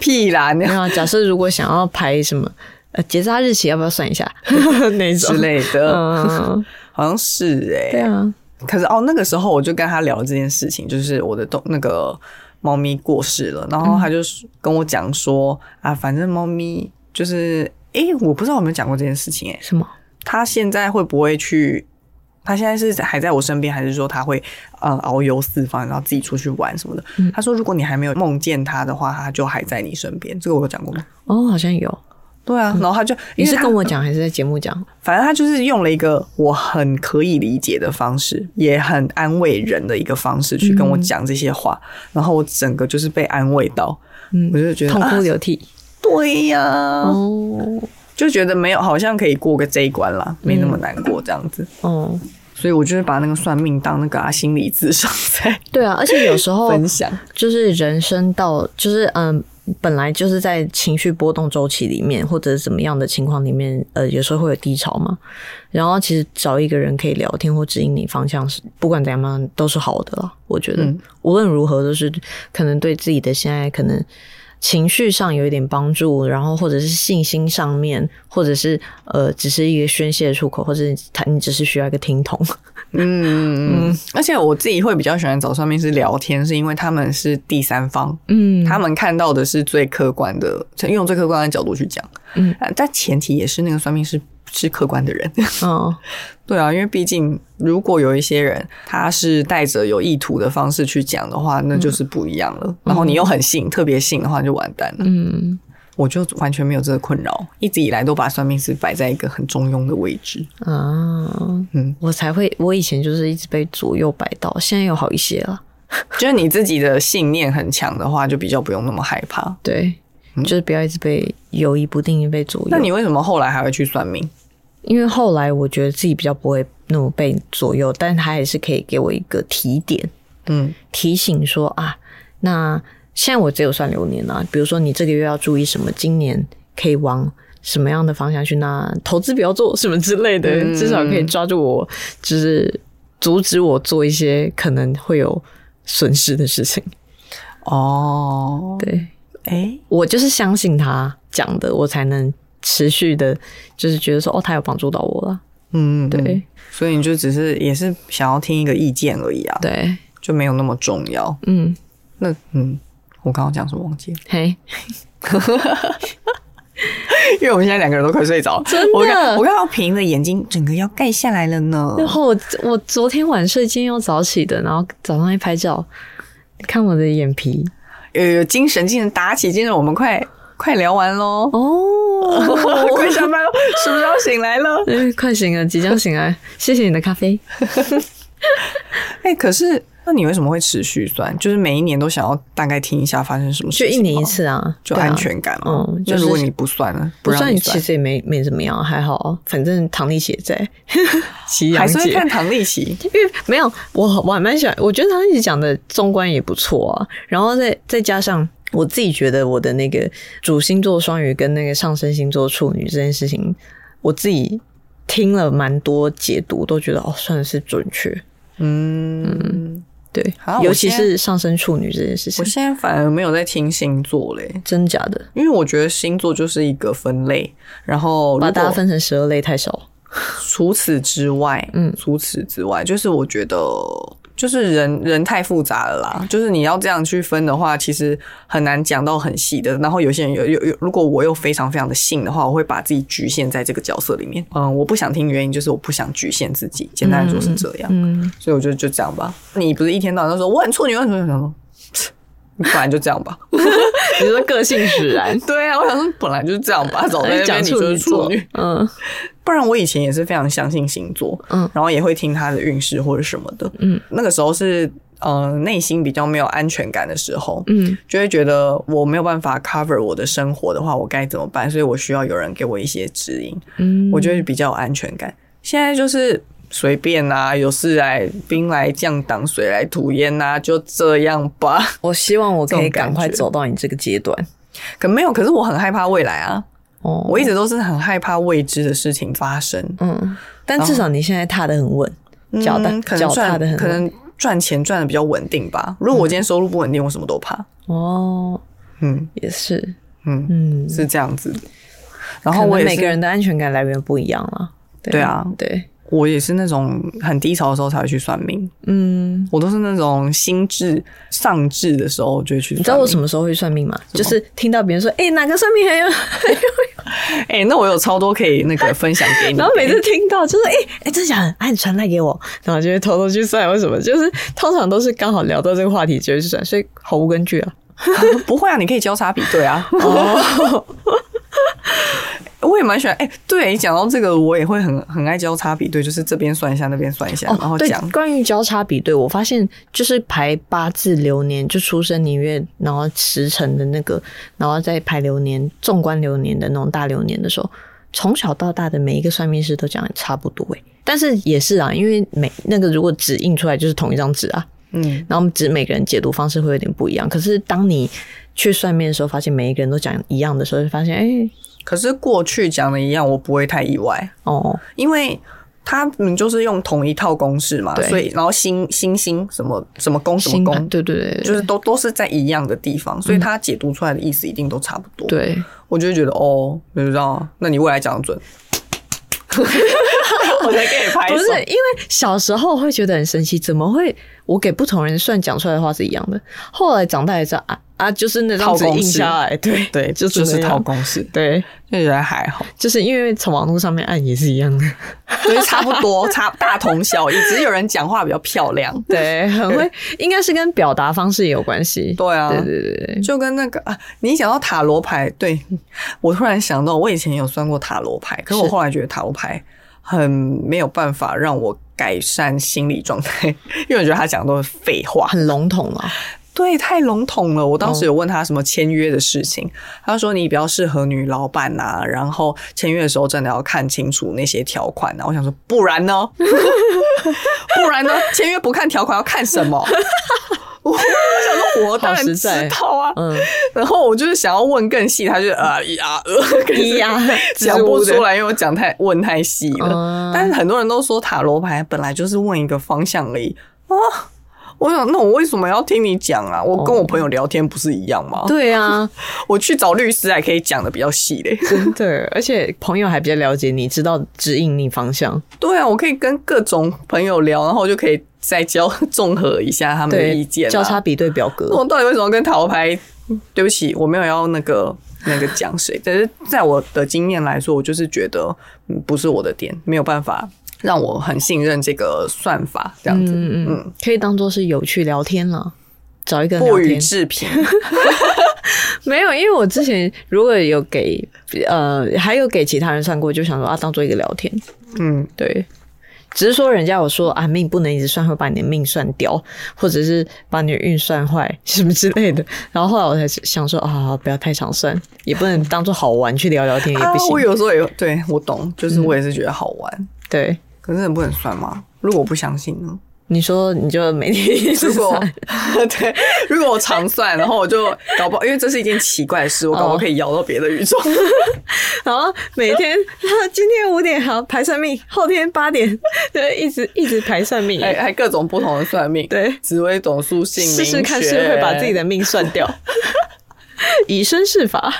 Speaker 3: 屁啦，那
Speaker 2: 没 [laughs]
Speaker 3: 样
Speaker 2: 有啊，假设如果想要排什么呃结扎日期，要不要算一下 [laughs] 那种
Speaker 3: 之？类的， [laughs]
Speaker 2: 嗯，
Speaker 3: 好像是哎、
Speaker 2: 对啊，
Speaker 3: 可是哦，那个时候我就跟他聊这件事情，就是我的动那个猫咪过世了，然后他就是跟我讲说、啊，反正猫咪就是，诶，我不知道有没有讲过这件事情、诶，
Speaker 2: 什么？
Speaker 3: 它现在会不会去？它现在是还在我身边，还是说它会呃遨游四方，然后自己出去玩什么的？
Speaker 2: 嗯
Speaker 3: 他说，如果你还没有梦见它的话，它就还在你身边。这个我有讲过吗？
Speaker 2: 哦，好像有。
Speaker 3: 对啊，然后他就
Speaker 2: 你
Speaker 3: 因为
Speaker 2: 是
Speaker 3: 他
Speaker 2: 跟我讲还是在节目讲？
Speaker 3: 反正他就是用了一个我很可以理解的方式，也很安慰人的一个方式去跟我讲这些话，然后我整个就是被安慰到，
Speaker 2: 嗯
Speaker 3: 我，就觉得
Speaker 2: 痛哭
Speaker 3: 啊
Speaker 2: 流涕。
Speaker 3: 对呀、
Speaker 2: 哦
Speaker 3: 就觉得没有，好像可以过个这一关啦，
Speaker 2: 嗯
Speaker 3: 没那么难过这样子。
Speaker 2: 哦，
Speaker 3: 所以我就是把那个算命当那个、啊、心理智商在
Speaker 2: 对啊，而且有时 [laughs] 候
Speaker 3: 分享，
Speaker 2: 就是人生到就是嗯。本来就是在情绪波动周期里面，或者怎么样的情况里面，呃，有时候会有低潮嘛。然后其实找一个人可以聊天或指引你方向是，不管怎样嘛都是好的啦。我觉得、
Speaker 3: 嗯
Speaker 2: 无论如何都是可能对自己的现在可能情绪上有一点帮助，然后或者是信心上面，或者是呃只是一个宣泄出口，或者他你只是需要一个听筒。
Speaker 3: 嗯嗯嗯。而且我自己会比较喜欢找算命师聊天，是因为他们是第三方，
Speaker 2: 嗯
Speaker 3: 他们看到的是最客观的，用最客观的角度去讲。
Speaker 2: 嗯
Speaker 3: 啊，但前提也是那个算命师是客观的人。 [laughs]
Speaker 2: 哦，
Speaker 3: 对啊，因为毕竟如果有一些人他是带着有意图的方式去讲的话，
Speaker 2: 嗯
Speaker 3: 那就是不一样了。然后你又很信，特别信的话就完蛋了。
Speaker 2: 嗯。
Speaker 3: 我就完全没有这个困扰，一直以来都把算命师摆在一个很中庸的位置。
Speaker 2: 啊，
Speaker 3: 嗯
Speaker 2: 我才会，我以前就是一直被左右摆到，现在有好一些了。
Speaker 3: 就是你自己的信念很强的话，就比较不用那么害怕。
Speaker 2: 对，就是不要一直被犹疑不定、被左右。
Speaker 3: 那你为什么后来还会去算命？
Speaker 2: 因为后来我觉得自己比较不会那么被左右，但他还是可以给我一个提点，
Speaker 3: 嗯，
Speaker 2: 提醒说啊，那现在我只有算流年啊，比如说你这个月要注意什么，今年可以往什么样的方向去，那投资不要做什么之类的，
Speaker 3: 嗯
Speaker 2: 至少可以抓住我，就是阻止我做一些可能会有损失的事情。
Speaker 3: 哦，
Speaker 2: 对
Speaker 3: 哎、
Speaker 2: 我就是相信他讲的，我才能持续的，就是觉得说哦，他有帮助到我了。
Speaker 3: 嗯，
Speaker 2: 对、
Speaker 3: 嗯，所以你就只是也是想要听一个意见而已啊，
Speaker 2: 对，
Speaker 3: 就没有那么重要。
Speaker 2: 嗯，
Speaker 3: 那嗯，我刚刚讲什么忘
Speaker 2: [laughs]
Speaker 3: 记了，
Speaker 2: 嘿。
Speaker 3: 因为我们现在两个人都快睡着了，
Speaker 2: 真的
Speaker 3: 我刚我刚刚平着眼睛，整个要盖下来了呢。
Speaker 2: 然后我我昨天晚睡，今天又早起的，然后早上一拍照，看我的眼皮
Speaker 3: 有有呃精神，精神打起精神，我们快快聊完喽，
Speaker 2: 哦，
Speaker 3: [laughs] 快下班喽，是不是要醒来了？
Speaker 2: [laughs] 对，快醒了，即将醒
Speaker 3: [laughs]
Speaker 2: 来，谢谢你的咖啡。
Speaker 3: 哎、可是那你为什么会持续算？就是每一年都想要大概听一下发生什么事
Speaker 2: 就
Speaker 3: 情，
Speaker 2: 一年一，次啊，
Speaker 3: 就
Speaker 2: 对啊
Speaker 3: 安。全感嘛。
Speaker 2: 嗯
Speaker 3: 就
Speaker 2: 就是
Speaker 3: 如果你不算了，不
Speaker 2: 不
Speaker 3: 让
Speaker 2: 算
Speaker 3: 你
Speaker 2: 其
Speaker 3: 算，
Speaker 2: 实也没没怎么样，还好啊，反正唐丽姐在， [laughs] 祁阳
Speaker 3: 还是会
Speaker 2: 姐
Speaker 3: 看唐丽奇。
Speaker 2: 因为 [laughs] 没有我，我还蛮喜欢，我觉得他一直讲的纵观也不错啊。然后再再加上我自己觉得我的那个主星座双鱼跟那个上升星座处女这件事情，我自己听了蛮多解读，都觉得哦，算是准确。
Speaker 3: 嗯，
Speaker 2: 对
Speaker 3: 好，
Speaker 2: 尤其
Speaker 3: 我现
Speaker 2: 是上升处女这件事情，
Speaker 3: 我现在反而没有在听星座嘞，
Speaker 2: 真假的
Speaker 3: 因为我觉得星座就是一个分类，然后
Speaker 2: 把
Speaker 3: 如
Speaker 2: 大家
Speaker 3: 果
Speaker 2: 分成十二类太少。
Speaker 3: 除此之外，嗯
Speaker 2: 嗯，
Speaker 3: 除此之外，就是我觉得。就是人人太复杂了啦，就是你要这样去分的话，其实很难讲到很细的。然后有些人有有有，如果我又非常非常的信的话，我会把自己局限在这个角色里面。嗯，我不想听原因，就是我不想局限自己。简单来说是这样，
Speaker 2: 嗯， [laughs]
Speaker 3: 所以我觉得就这样吧。你不是一天到晚都说我很处女，我很处女，我想说， [laughs] 你本来就这样吧。，
Speaker 2: 你说个性使然 [laughs]
Speaker 3: [laughs] 对啊，我想说本来就是这样吧，早在那边
Speaker 2: 讲
Speaker 3: 你
Speaker 2: 处
Speaker 3: 就是
Speaker 2: 女
Speaker 3: 处
Speaker 2: 座
Speaker 3: 女。，
Speaker 2: 嗯
Speaker 3: 不然我以前也是非常相信星座，
Speaker 2: 嗯
Speaker 3: 然后也会听他的运势或者什么的，
Speaker 2: 嗯，
Speaker 3: 那个时候是呃内心比较没有安全感的时候，
Speaker 2: 嗯
Speaker 3: 就会觉得我没有办法 cover 我的生活的话，我该怎么办？所以我需要有人给我一些指引，
Speaker 2: 嗯，
Speaker 3: 我就会比较有安全感。现在就是随便啦、有事来兵来将挡，水来土掩呐、就这样吧。 [laughs]
Speaker 2: 我希望我可以
Speaker 3: 这种感
Speaker 2: 赶快
Speaker 3: 觉
Speaker 2: 走到你这个阶段。
Speaker 3: 可没有，可是我很害怕未来啊，
Speaker 2: 哦，
Speaker 3: 我一直都是很害怕未知的事情发生。
Speaker 2: 嗯，但至少你现在踏得很稳，脚踏
Speaker 3: 嗯、可
Speaker 2: 脚
Speaker 3: 能
Speaker 2: 踏得
Speaker 3: 赚
Speaker 2: 很
Speaker 3: 可
Speaker 2: 稳。嗯
Speaker 3: 能赚钱赚的比较稳定吧。如果我今天收入不稳定，我什么都怕。
Speaker 2: 哦，
Speaker 3: 嗯
Speaker 2: 也是，
Speaker 3: 嗯，
Speaker 2: 嗯，
Speaker 3: 是这样子。然后
Speaker 2: 可
Speaker 3: 我
Speaker 2: 能
Speaker 3: 也
Speaker 2: 每个
Speaker 3: 是，
Speaker 2: 人的安全感来源不一样啦。
Speaker 3: 对啊
Speaker 2: 对，
Speaker 3: 我也是那种很低潮的时候才会去算命，
Speaker 2: 嗯，
Speaker 3: 我都是那种心智上智的时候就会去
Speaker 2: 你知道我什
Speaker 3: 么？
Speaker 2: 么时候会算命吗？就是听到别人说，哎，哪个算命很有， [laughs]
Speaker 3: 哎、那我有超多可以那个分享给
Speaker 2: [laughs]
Speaker 3: 你。
Speaker 2: 然后每次听到就是，哎哎，真的假的？哎，你传来给我，然后就会偷偷去算，为什么？就是通常都是刚好聊到这个话题就会去算，所以毫无根据啊。
Speaker 3: [laughs] 不会啊，你可以交叉比对啊。
Speaker 2: 哦
Speaker 3: [laughs] 我也蛮喜欢，哎、对，讲到这个，我也会很很爱交叉比对，就是这边算一下，那边算一下，然后
Speaker 2: 哦对
Speaker 3: 讲，
Speaker 2: 关于交叉比对，我发现就是排八字流年，就出生年月，然后时辰的那个，然后再排流年、纵观流年的那种大流年的时候，从小到大的每一个算命师都讲的差不多诶、但是也是啊，因为每那个如果纸印出来就是同一张纸啊，
Speaker 3: 嗯，
Speaker 2: 然后我们只是每个人解读方式会有点不一样。可是当你去算命的时候，发现每一个人都讲一样的时候，就发现哎、
Speaker 3: 可是过去讲的一样，我不会太意外，
Speaker 2: 哦，
Speaker 3: 因为他们就是用同一套公式嘛，
Speaker 2: 对
Speaker 3: 所以然后星星星什么什么宫什么
Speaker 2: 星盘
Speaker 3: 宫，
Speaker 2: 对对对对，
Speaker 3: 就是都都是在一样的地方，所以他解读出来的意思一定都差不多。，
Speaker 2: 对。
Speaker 3: 我就会觉得哦，你知道，那你未来
Speaker 2: [laughs]
Speaker 3: 讲的准，我才给你拍手
Speaker 2: 不是，因为小时候会觉得很生气，怎么会我给不同人算讲出来的话是一样的？后来长大也知道啊啊，就是那张纸
Speaker 3: 套公
Speaker 2: 印
Speaker 3: 式
Speaker 2: 下来，对
Speaker 3: 对，就
Speaker 2: 就是
Speaker 3: 是
Speaker 2: 那样
Speaker 3: 套公式，
Speaker 2: 对，
Speaker 3: 就觉得还好，
Speaker 2: 就是因为从网络上面按也是一样的，
Speaker 3: [laughs] 就是差不多， [laughs] 差大同小异，只是有人讲话比较漂亮。
Speaker 2: 对， [laughs] 很会，应该是跟表达方式也有关系。
Speaker 3: 对啊，
Speaker 2: 对对对对，
Speaker 3: 就跟那个啊，你讲到塔罗牌，对我突然想到，我以前有算过塔罗牌，可是我
Speaker 2: 是
Speaker 3: 后来觉得塔罗牌很没有办法让我改善心理状态，因为我觉得他讲的都是废话，
Speaker 2: 很笼统啊了。
Speaker 3: 对，太笼统了。我当时有问他什么签约的事
Speaker 2: 嗯
Speaker 3: 情，他说你比较适合女老板呐、然后签约的时候真的要看清楚那些条款啊呐、我想说，不然呢？ [laughs] 不然呢？签约不看条款要看什么？我我想说，我当然
Speaker 2: 好实
Speaker 3: 知
Speaker 2: 在
Speaker 3: 道啊。
Speaker 2: 嗯，
Speaker 3: 然后我就是想要问更细，他就呃一啊呃，可是
Speaker 2: 一啊
Speaker 3: [laughs] 讲不出来，因为我讲太问太细了。
Speaker 2: 嗯
Speaker 3: 但是很多人都说塔罗牌本来就是问一个方向而已啊。我想，那我为什么要听你讲啊？我跟我朋友聊天不是一样吗？
Speaker 2: 哦对啊，
Speaker 3: 我去找律师还可以讲的比较细嘞。 [laughs]
Speaker 2: 真的，而且朋友还比较了解你，知道指引你方向。
Speaker 3: 对啊，我可以跟各种朋友聊，然后我就可以再交 [laughs] 综合一下他们的
Speaker 2: 对，
Speaker 3: 意见、啊，
Speaker 2: 交叉比对表格。
Speaker 3: 我到底为什么跟塔罗牌？对不起，我没有要那个 [laughs] 那个讲谁，但是在我的经验来说，我就是觉得嗯不是我的点，没有办法让我很信任这个算法这样子。
Speaker 2: 嗯嗯嗯，可以当做是有趣聊天了，找一个人聊
Speaker 3: 不予
Speaker 2: 天。[laughs]
Speaker 3: 置评，
Speaker 2: 没有，因为我之前如果有给呃，还有给其他人算过，就想说啊，当做一个聊天。
Speaker 3: 嗯，
Speaker 2: 对，只是说人家有说啊，命不能一直算，会把你的命算掉，或者是把你的运算坏 [laughs] 什么之类的。然后后来我才想说啊，不要太常算，也不能当做好玩去聊聊天也
Speaker 3: 啊
Speaker 2: 不，行。嗯
Speaker 3: 我有时候也对我懂，就是我也是觉得好玩，
Speaker 2: 对，
Speaker 3: 可是很不能算吗？如果我不相信呢？
Speaker 2: 你说你就每天
Speaker 3: 如果
Speaker 2: 算
Speaker 3: [laughs] 对，如果我常算，然后我就搞不好，因为这是一件奇怪的事，我搞不好
Speaker 2: 哦
Speaker 3: 可以摇到别的宇宙。
Speaker 2: [laughs] 然后每天今天五点好排算命，后天八点 [laughs] 就一直一直排算命。
Speaker 3: 还还各种不同的算命，
Speaker 2: 对
Speaker 3: 紫微斗数、哎姓名
Speaker 2: 试试看
Speaker 3: 学
Speaker 2: 是会把自己的命算掉，以身试法。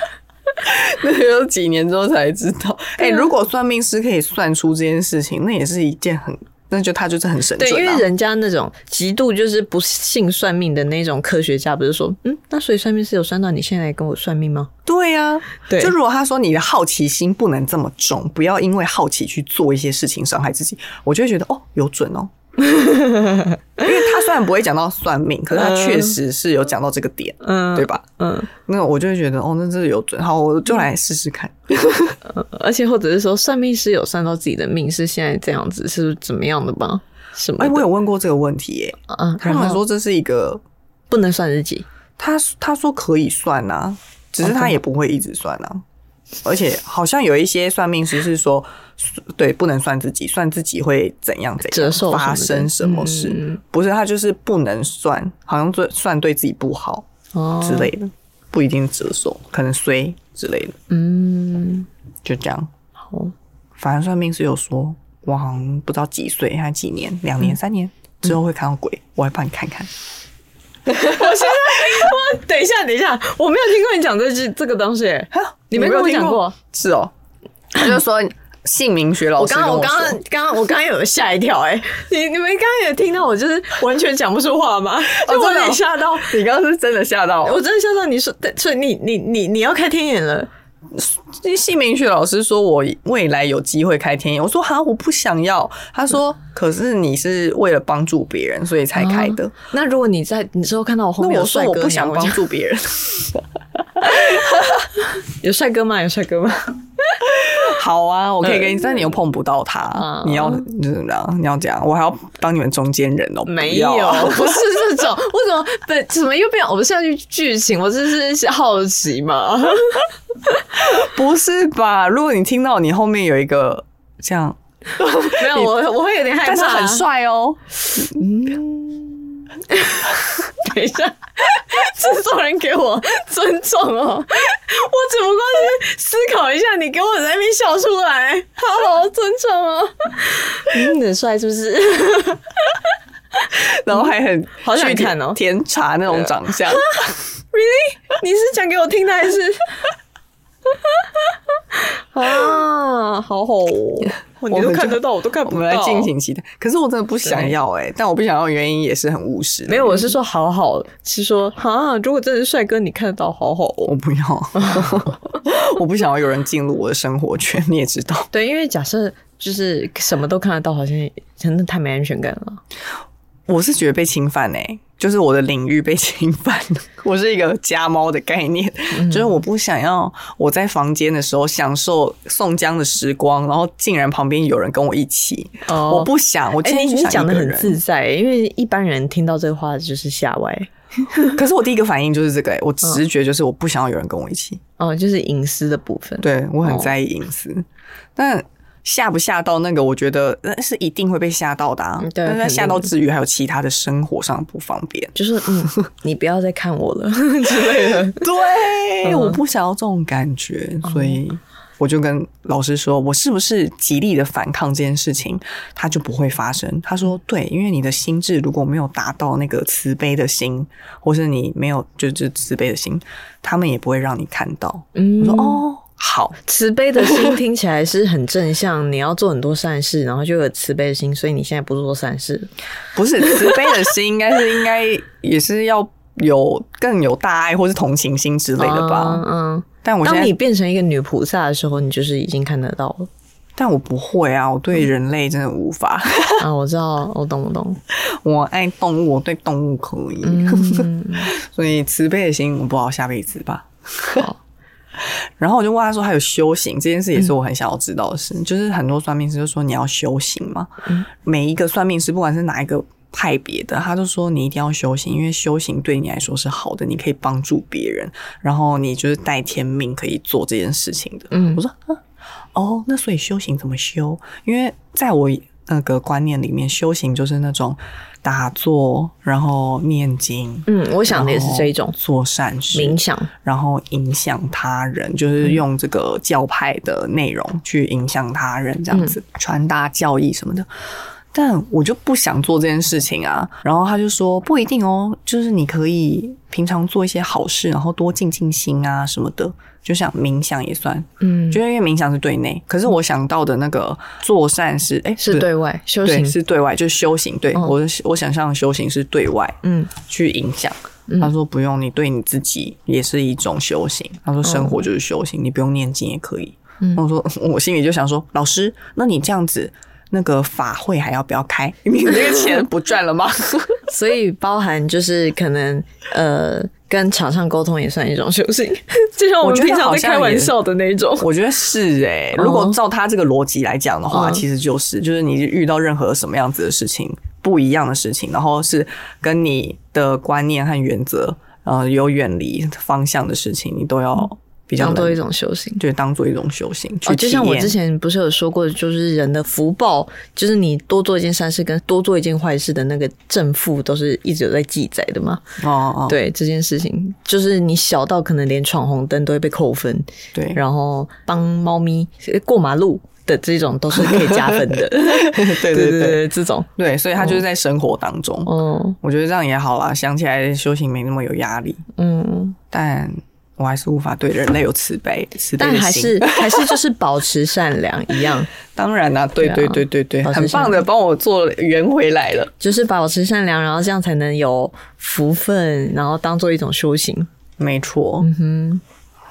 Speaker 3: [laughs] 那有几年之后才知道。哎、
Speaker 2: 啊
Speaker 3: 如果算命师可以算出这件事情，那也是一件很，那就他就是很神
Speaker 2: [laughs] 对，
Speaker 3: 准、啊。
Speaker 2: 因为人家那种极度就是不信算命的那种科学家，不是说，嗯，那所以算命是有算到你现在来跟我算命吗？
Speaker 3: 对呀、
Speaker 2: 对
Speaker 3: 就如果他说你的好奇心不能这么重，不要因为好奇去做一些事情伤害自己，我就会觉得哦，有准
Speaker 2: [laughs]
Speaker 3: 哦。因为他虽然不会讲到算命，可是他确实是有讲到这个点，
Speaker 2: 嗯，
Speaker 3: 对吧？
Speaker 2: 嗯，
Speaker 3: 那我就会觉得哦，那这有准，好，我就来试试看。
Speaker 2: 而且或者是说，算命师有算到自己的命是现在这样子，是怎么样的吗？什么
Speaker 3: 哎、
Speaker 2: 的？
Speaker 3: 我有问过这个问题耶、
Speaker 2: 嗯，
Speaker 3: 他
Speaker 2: 然
Speaker 3: 们
Speaker 2: 后
Speaker 3: 说这是一个，
Speaker 2: 不能算日记，
Speaker 3: 他他说可以算啊，只
Speaker 2: 哦
Speaker 3: 是他也不会一直算啊。而且好像有一些算命师是说，对，不能算自己，算自己会怎样怎
Speaker 2: 折
Speaker 3: 样
Speaker 2: 寿什么的
Speaker 3: 发生什么事，
Speaker 2: 嗯
Speaker 3: 不是他就是不能算，好像对算对自己不好
Speaker 2: 哦
Speaker 3: 之类的，不一定折寿，可能衰之类的，
Speaker 2: 嗯，
Speaker 3: 就这样。
Speaker 2: 好，
Speaker 3: 反正算命师有说，我好像不知道几岁还几年，两
Speaker 2: 嗯
Speaker 3: 年、三年之后会看到鬼，我会帮你看看。
Speaker 2: 等一下，等一下，我没有听过你讲这句这个东西耶，
Speaker 3: 啊
Speaker 2: 你没跟我讲
Speaker 3: 听
Speaker 2: 过？
Speaker 3: 是哦，他就说姓名学老
Speaker 2: 我
Speaker 3: 师
Speaker 2: 刚
Speaker 3: 跟
Speaker 2: 刚我
Speaker 3: 我
Speaker 2: 刚
Speaker 3: 说，
Speaker 2: 刚刚刚我刚刚有吓一跳哎、你你们刚刚有听到我就是完全讲不出话吗？就我有
Speaker 3: 真的
Speaker 2: 点
Speaker 3: 哦
Speaker 2: 吓到，
Speaker 3: 你刚刚是真的吓到我。
Speaker 2: 我真的吓到你说，对所以你你你你要开天眼了，
Speaker 3: 这姓名学老师说我未来有机会开天眼，我说哈，我不想要。他说，
Speaker 2: 嗯
Speaker 3: 可是你是为了帮助别人所以才开的。
Speaker 2: 那如果你在你之后看到我后
Speaker 3: 那
Speaker 2: 啊面有
Speaker 3: 我
Speaker 2: 帅
Speaker 3: 说
Speaker 2: 哥，
Speaker 3: 我不
Speaker 2: 你要
Speaker 3: 想
Speaker 2: 跟
Speaker 3: 帮
Speaker 2: 讲
Speaker 3: 助
Speaker 2: [laughs]
Speaker 3: 别人，
Speaker 2: 有帅哥吗？有帅哥吗？
Speaker 3: 好啊，我可以给你，但你又碰不到他，
Speaker 2: 嗯
Speaker 3: 你要你怎么样？你要这样，我还要当你们中间人哦，
Speaker 2: 没
Speaker 3: 不
Speaker 2: 有
Speaker 3: 要啊，
Speaker 2: [laughs] 不是这种，为什么本怎么又变偶像剧剧情？我真是好奇 [laughs] 嘛。
Speaker 3: [laughs] 不是吧？如果你听到你后面有一个这样，
Speaker 2: 没有，我我会有点害怕，
Speaker 3: 但是很
Speaker 2: 帅哦。嗯，等一下， [laughs] 制作人给我尊重哦，我只不过是思考一下，你给我在那边笑出来，Hello，尊重哦。嗯，很帅是不是？
Speaker 3: [laughs] 然后还很
Speaker 2: 好想看哦啊
Speaker 3: 去甜茶那种长相。
Speaker 2: Really？你是讲给我听的还是？ [laughs] 啊，好好哦！
Speaker 3: 你都看得
Speaker 2: 到，我都看
Speaker 3: 我们来敬请
Speaker 2: 哦
Speaker 3: 期待。可是我真的不想要哎、但我不想要的原因也是很务实的。
Speaker 2: 没有，我是说好好，是说哈，如果真的是帅哥，你看得到，好好哦。
Speaker 3: 我不
Speaker 2: [laughs]
Speaker 3: 要，我不想要有人进入我的生活圈。你也知道，
Speaker 2: 对，因为假设就是什么都看得到，好像真的太没安全感了。
Speaker 3: 我是觉得被侵犯哎、就是我的领域被侵犯， [laughs] 我是一个家猫的概念，
Speaker 2: 嗯
Speaker 3: 就是我不想要我在房间的时候享受宋江的时光，然后竟然旁边有人跟我一起，
Speaker 2: 哦
Speaker 3: 我不想，我
Speaker 2: 哎、
Speaker 3: 今天
Speaker 2: 你
Speaker 3: 就
Speaker 2: 你
Speaker 3: 想
Speaker 2: 讲
Speaker 3: 一
Speaker 2: 的
Speaker 3: 个
Speaker 2: 很
Speaker 3: 人。
Speaker 2: 自在、因为一般人听到这话就是吓歪，
Speaker 3: 可是我第一个反应就是这
Speaker 2: 嗯
Speaker 3: 个、欸，我直觉就是我不想要有人跟我一起，
Speaker 2: 哦，就是隐私的部分。
Speaker 3: 对我很
Speaker 2: 哦
Speaker 3: 在意隐私。但吓不吓到那个，我觉得那是一定会被吓到的、啊
Speaker 2: 嗯。对
Speaker 3: 但是
Speaker 2: 肯
Speaker 3: 在
Speaker 2: 定
Speaker 3: 吓到
Speaker 2: 的
Speaker 3: 之余，还有其他的生活上的不方
Speaker 2: [laughs]
Speaker 3: 便。
Speaker 2: 就是
Speaker 3: [laughs]
Speaker 2: 嗯，你不要再看我了之类的。
Speaker 3: 对，
Speaker 2: 嗯
Speaker 3: 我不想要这种感觉，所以我就跟老师说，我是不是极力的反抗这件事情，它就不会发生。他
Speaker 2: 嗯
Speaker 3: 说，对，因为你的心智如果没有达到那个慈悲的心，或是你没有就是慈悲的心，他们也不会让你看到。
Speaker 2: 嗯
Speaker 3: 我说，哦，好，
Speaker 2: 慈悲的
Speaker 3: [laughs]
Speaker 2: 心听起来是很正向，你要做很多善事，然后就有慈悲的心，所以你现在不做善事。
Speaker 3: 不是慈悲的心，应该是应该也是要有更有大爱或是同情心之类的吧。
Speaker 2: 嗯，
Speaker 3: 但
Speaker 2: 嗯
Speaker 3: 我现
Speaker 2: 当
Speaker 3: 在
Speaker 2: 你变成一个女菩萨的时候，你就是已经看得到了。
Speaker 3: 但我不会啊，我对人类真的无法。 [laughs]
Speaker 2: 啊，我知道，我懂，我懂。
Speaker 3: 我爱动物，我对动物可以， [laughs]
Speaker 2: 嗯，
Speaker 3: 所以慈悲的心，我不知道下辈子吧。 [laughs] 然后我就问他说，还有修行这件事也是我很想要知道的事，就是很多算命师就说你要修行嘛，每一个算命师不管是哪一个派别的，他就说你一定要修行，因为修行对你来说是好的，你可以帮助别人，然后你就是带天命可以做这件事情的。
Speaker 2: 嗯
Speaker 3: 我说啊哦，那所以修行怎么修？因为在我那个观念里面，修行就是那种打坐，然后念经，
Speaker 2: 嗯，我想的也是这一
Speaker 3: 然
Speaker 2: 种
Speaker 3: 后做善事，
Speaker 2: 冥想。
Speaker 3: 然后影响他人，
Speaker 2: 嗯
Speaker 3: 就是用这个教派的内容去影响他人，这样子、
Speaker 2: 嗯
Speaker 3: 传达教义什么的。但我就不想做这件事情啊。然后他就说不一定哦，就是你可以平常做一些好事，然后多静静心啊什么的，就像冥想也算，
Speaker 2: 嗯，
Speaker 3: 就是因为冥想是对内，可是我想到的那个做善是哎、
Speaker 2: 是对外修
Speaker 3: 对
Speaker 2: 行。
Speaker 3: 是对外，就是修行。对、
Speaker 2: 嗯
Speaker 3: 我我想象的修行是对外，
Speaker 2: 嗯，
Speaker 3: 去影响。他说不用，你对你自己也是一种修行。他说生活就是修行，你不用念经也可以。
Speaker 2: 哦嗯
Speaker 3: 我说 [laughs] 我心里就想说，老师，那你这样子。那个法会还要不要开？ [laughs] 你那个钱不
Speaker 2: [laughs]
Speaker 3: 赚了吗？
Speaker 2: 所以包含就是可能呃，跟厂商沟通也算一种修行， [laughs] 就像我
Speaker 3: 我
Speaker 2: 们
Speaker 3: 觉得
Speaker 2: 平常
Speaker 3: 好
Speaker 2: 在
Speaker 3: 像
Speaker 2: 开玩
Speaker 3: 也
Speaker 2: 笑的那一种。
Speaker 3: 我觉得是诶、如果照他这个逻辑来讲的话，
Speaker 2: 哦嗯
Speaker 3: 其实就是就是你遇到任何什么样子的事情，不一样的事情，然后是跟你的观念和原则呃有远离方向的事情，你都要比较
Speaker 2: 当做哦
Speaker 3: 能
Speaker 2: 一种修行。
Speaker 3: 就当做一种修行去体
Speaker 2: 哦，
Speaker 3: 验、
Speaker 2: 就像我之前不是有说过，就是人的福报，就是你多做一件善事跟多做一件坏事的那个正负，都是一直有在记载的嘛。
Speaker 3: 哦哦
Speaker 2: 对这件事情，就是你小到可能连闯红灯都会被扣分， [laughs]
Speaker 3: 对，
Speaker 2: 然后帮猫咪过马路的这种都是可以加分的。
Speaker 3: [laughs]
Speaker 2: 对
Speaker 3: 对对
Speaker 2: 对
Speaker 3: 对
Speaker 2: 对，这种，
Speaker 3: 对，所以他就是在生活当中，
Speaker 2: 哦，
Speaker 3: 我觉得这样也好啦。想起来修行没那么有压力，
Speaker 2: 嗯，
Speaker 3: 但我还是无法对人类有慈悲慈悲
Speaker 2: 但
Speaker 3: 的
Speaker 2: 还
Speaker 3: 心
Speaker 2: 是还是就是保持善良一样，
Speaker 3: 当然啦、对
Speaker 2: 对
Speaker 3: 对
Speaker 2: 啊
Speaker 3: 对对对，
Speaker 2: 保持
Speaker 3: 很棒的，帮我做圆回来了。
Speaker 2: 就是保持善良，然后这样才能有福分，然后当做一种修行。
Speaker 3: 没错，
Speaker 2: 嗯哼。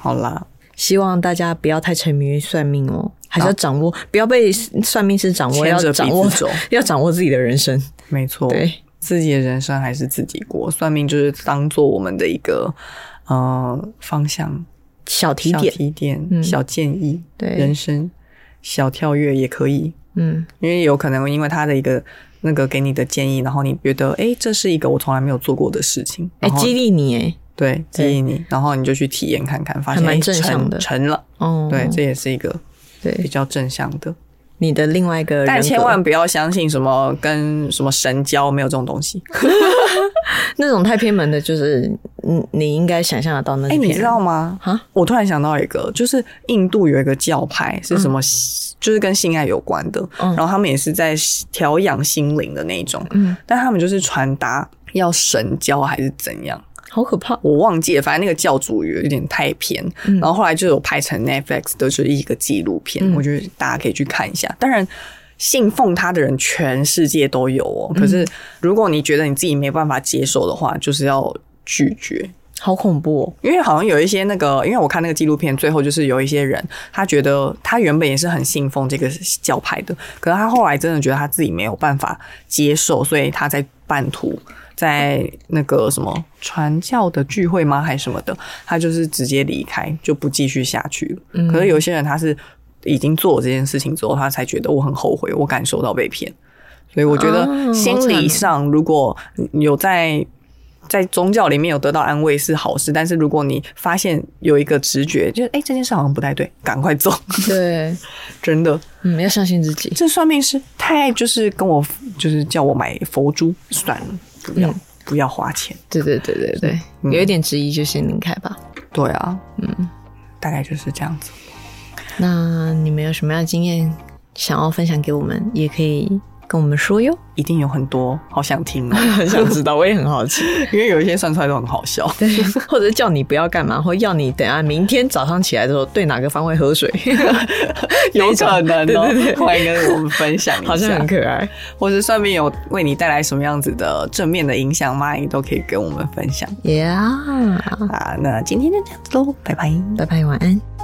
Speaker 3: 好啦，
Speaker 2: 希望大家不要太沉迷于算命哦，还是要掌握，不要被算命师掌握，
Speaker 3: 牵
Speaker 2: 要
Speaker 3: 着
Speaker 2: 掌
Speaker 3: 鼻
Speaker 2: 握
Speaker 3: 子走，哦
Speaker 2: 要掌握自己的人生。
Speaker 3: 没错，
Speaker 2: 对，
Speaker 3: 自己的人生还是自己过，算命就是当做我们的一个呃方向，
Speaker 2: 小提
Speaker 3: 小
Speaker 2: 点，
Speaker 3: 提点、
Speaker 2: 嗯
Speaker 3: 小建议，
Speaker 2: 对
Speaker 3: 人生小跳跃也可以。
Speaker 2: 嗯，
Speaker 3: 因为有可能因为他的一个那个给你的建议，然后你觉得哎、诶这是一个我从来没有做过的事情，
Speaker 2: 哎、
Speaker 3: 然后
Speaker 2: 激励你哎，
Speaker 3: 对激励你，然后你就去体验看看，发现
Speaker 2: 还蛮
Speaker 3: 诶
Speaker 2: 正向
Speaker 3: 成
Speaker 2: 的
Speaker 3: 成了，
Speaker 2: 哦，
Speaker 3: 对，这也是一个比
Speaker 2: 对，
Speaker 3: 较正向的。
Speaker 2: 你的另外一个人格，
Speaker 3: 但千万不要相信什么跟什么神交没有这种东西。
Speaker 2: 那种太偏门的，就是你你应该想象得到那是
Speaker 3: 哎、
Speaker 2: 骗人，啊
Speaker 3: 你知道吗？
Speaker 2: 哈，
Speaker 3: 我突然想到一个，就是印度有一个教派是什么，就是跟性爱有关的，
Speaker 2: 嗯
Speaker 3: 然后他们也是在调养心灵的那一种，
Speaker 2: 嗯，
Speaker 3: 但他们就是传达要神交还是怎样。
Speaker 2: 好可怕，
Speaker 3: 我忘记了，反正那个教主有一点太偏，然后后来就有拍成 Netflix 的就是一个纪录片，
Speaker 2: 嗯
Speaker 3: 我觉得大家可以去看一下。当然。信奉他的人，全世界都有哦。
Speaker 2: 嗯
Speaker 3: 可是，如果你觉得你自己没办法接受的话，就是要拒绝，
Speaker 2: 好恐怖
Speaker 3: [laughs]
Speaker 2: 哦，
Speaker 3: 因为好像有一些那个，因为我看那个纪录片，最后就是有一些人，他觉得他原本也是很信奉这个教派的，可是他后来真的觉得他自己没有办法接受，所以他在版图，在那个什么传教的聚会吗，还是什么的，他就是直接离开，就不继续下去了。可是有些人他是已经做这件事情之后，他才觉得我很后悔，我感受到被骗。所以我觉
Speaker 2: 啊
Speaker 3: 得
Speaker 2: 好
Speaker 3: 心
Speaker 2: 惨哦
Speaker 3: 理上，如果有在在宗教里面有得到安慰是好事，但是如果你发现有一个直觉，就是哎、诶这件事好像不太对，赶快走，
Speaker 2: 对，
Speaker 3: [laughs] 真的。
Speaker 2: 嗯，要相信自己。
Speaker 3: 这算命师太就是跟我就是叫我买佛珠，算了，不要、
Speaker 2: 嗯
Speaker 3: 不要花钱。
Speaker 2: 对对对对对，
Speaker 3: 嗯
Speaker 2: 有一点质疑就先离开吧。
Speaker 3: 对啊，嗯，大概就是这样子。
Speaker 2: 那你们有什么样的经验想要分享给我们，也可以跟我们说哟。
Speaker 3: 一定有很多好想听、哦，
Speaker 2: 很 [laughs] 想知道，我也很好 [laughs] 奇。
Speaker 3: [laughs] 因为有一些算出来都很好笑。
Speaker 2: 对， [laughs] 或者叫你不要干嘛，或要你等下明天早上起来的时候对哪个方位喝 [laughs] 水，
Speaker 3: [laughs] 有可能
Speaker 2: [laughs] 对
Speaker 3: 哦，
Speaker 2: 对对
Speaker 3: 欢迎跟我们分享一下，
Speaker 2: 好像很可爱。
Speaker 3: 或是算命有为你带来什么样子的正面的影响吗？也都可以跟我们分享
Speaker 2: Yeah，
Speaker 3: 嗯啊。那今天就这样子喽，拜拜。
Speaker 2: 拜拜，晚安。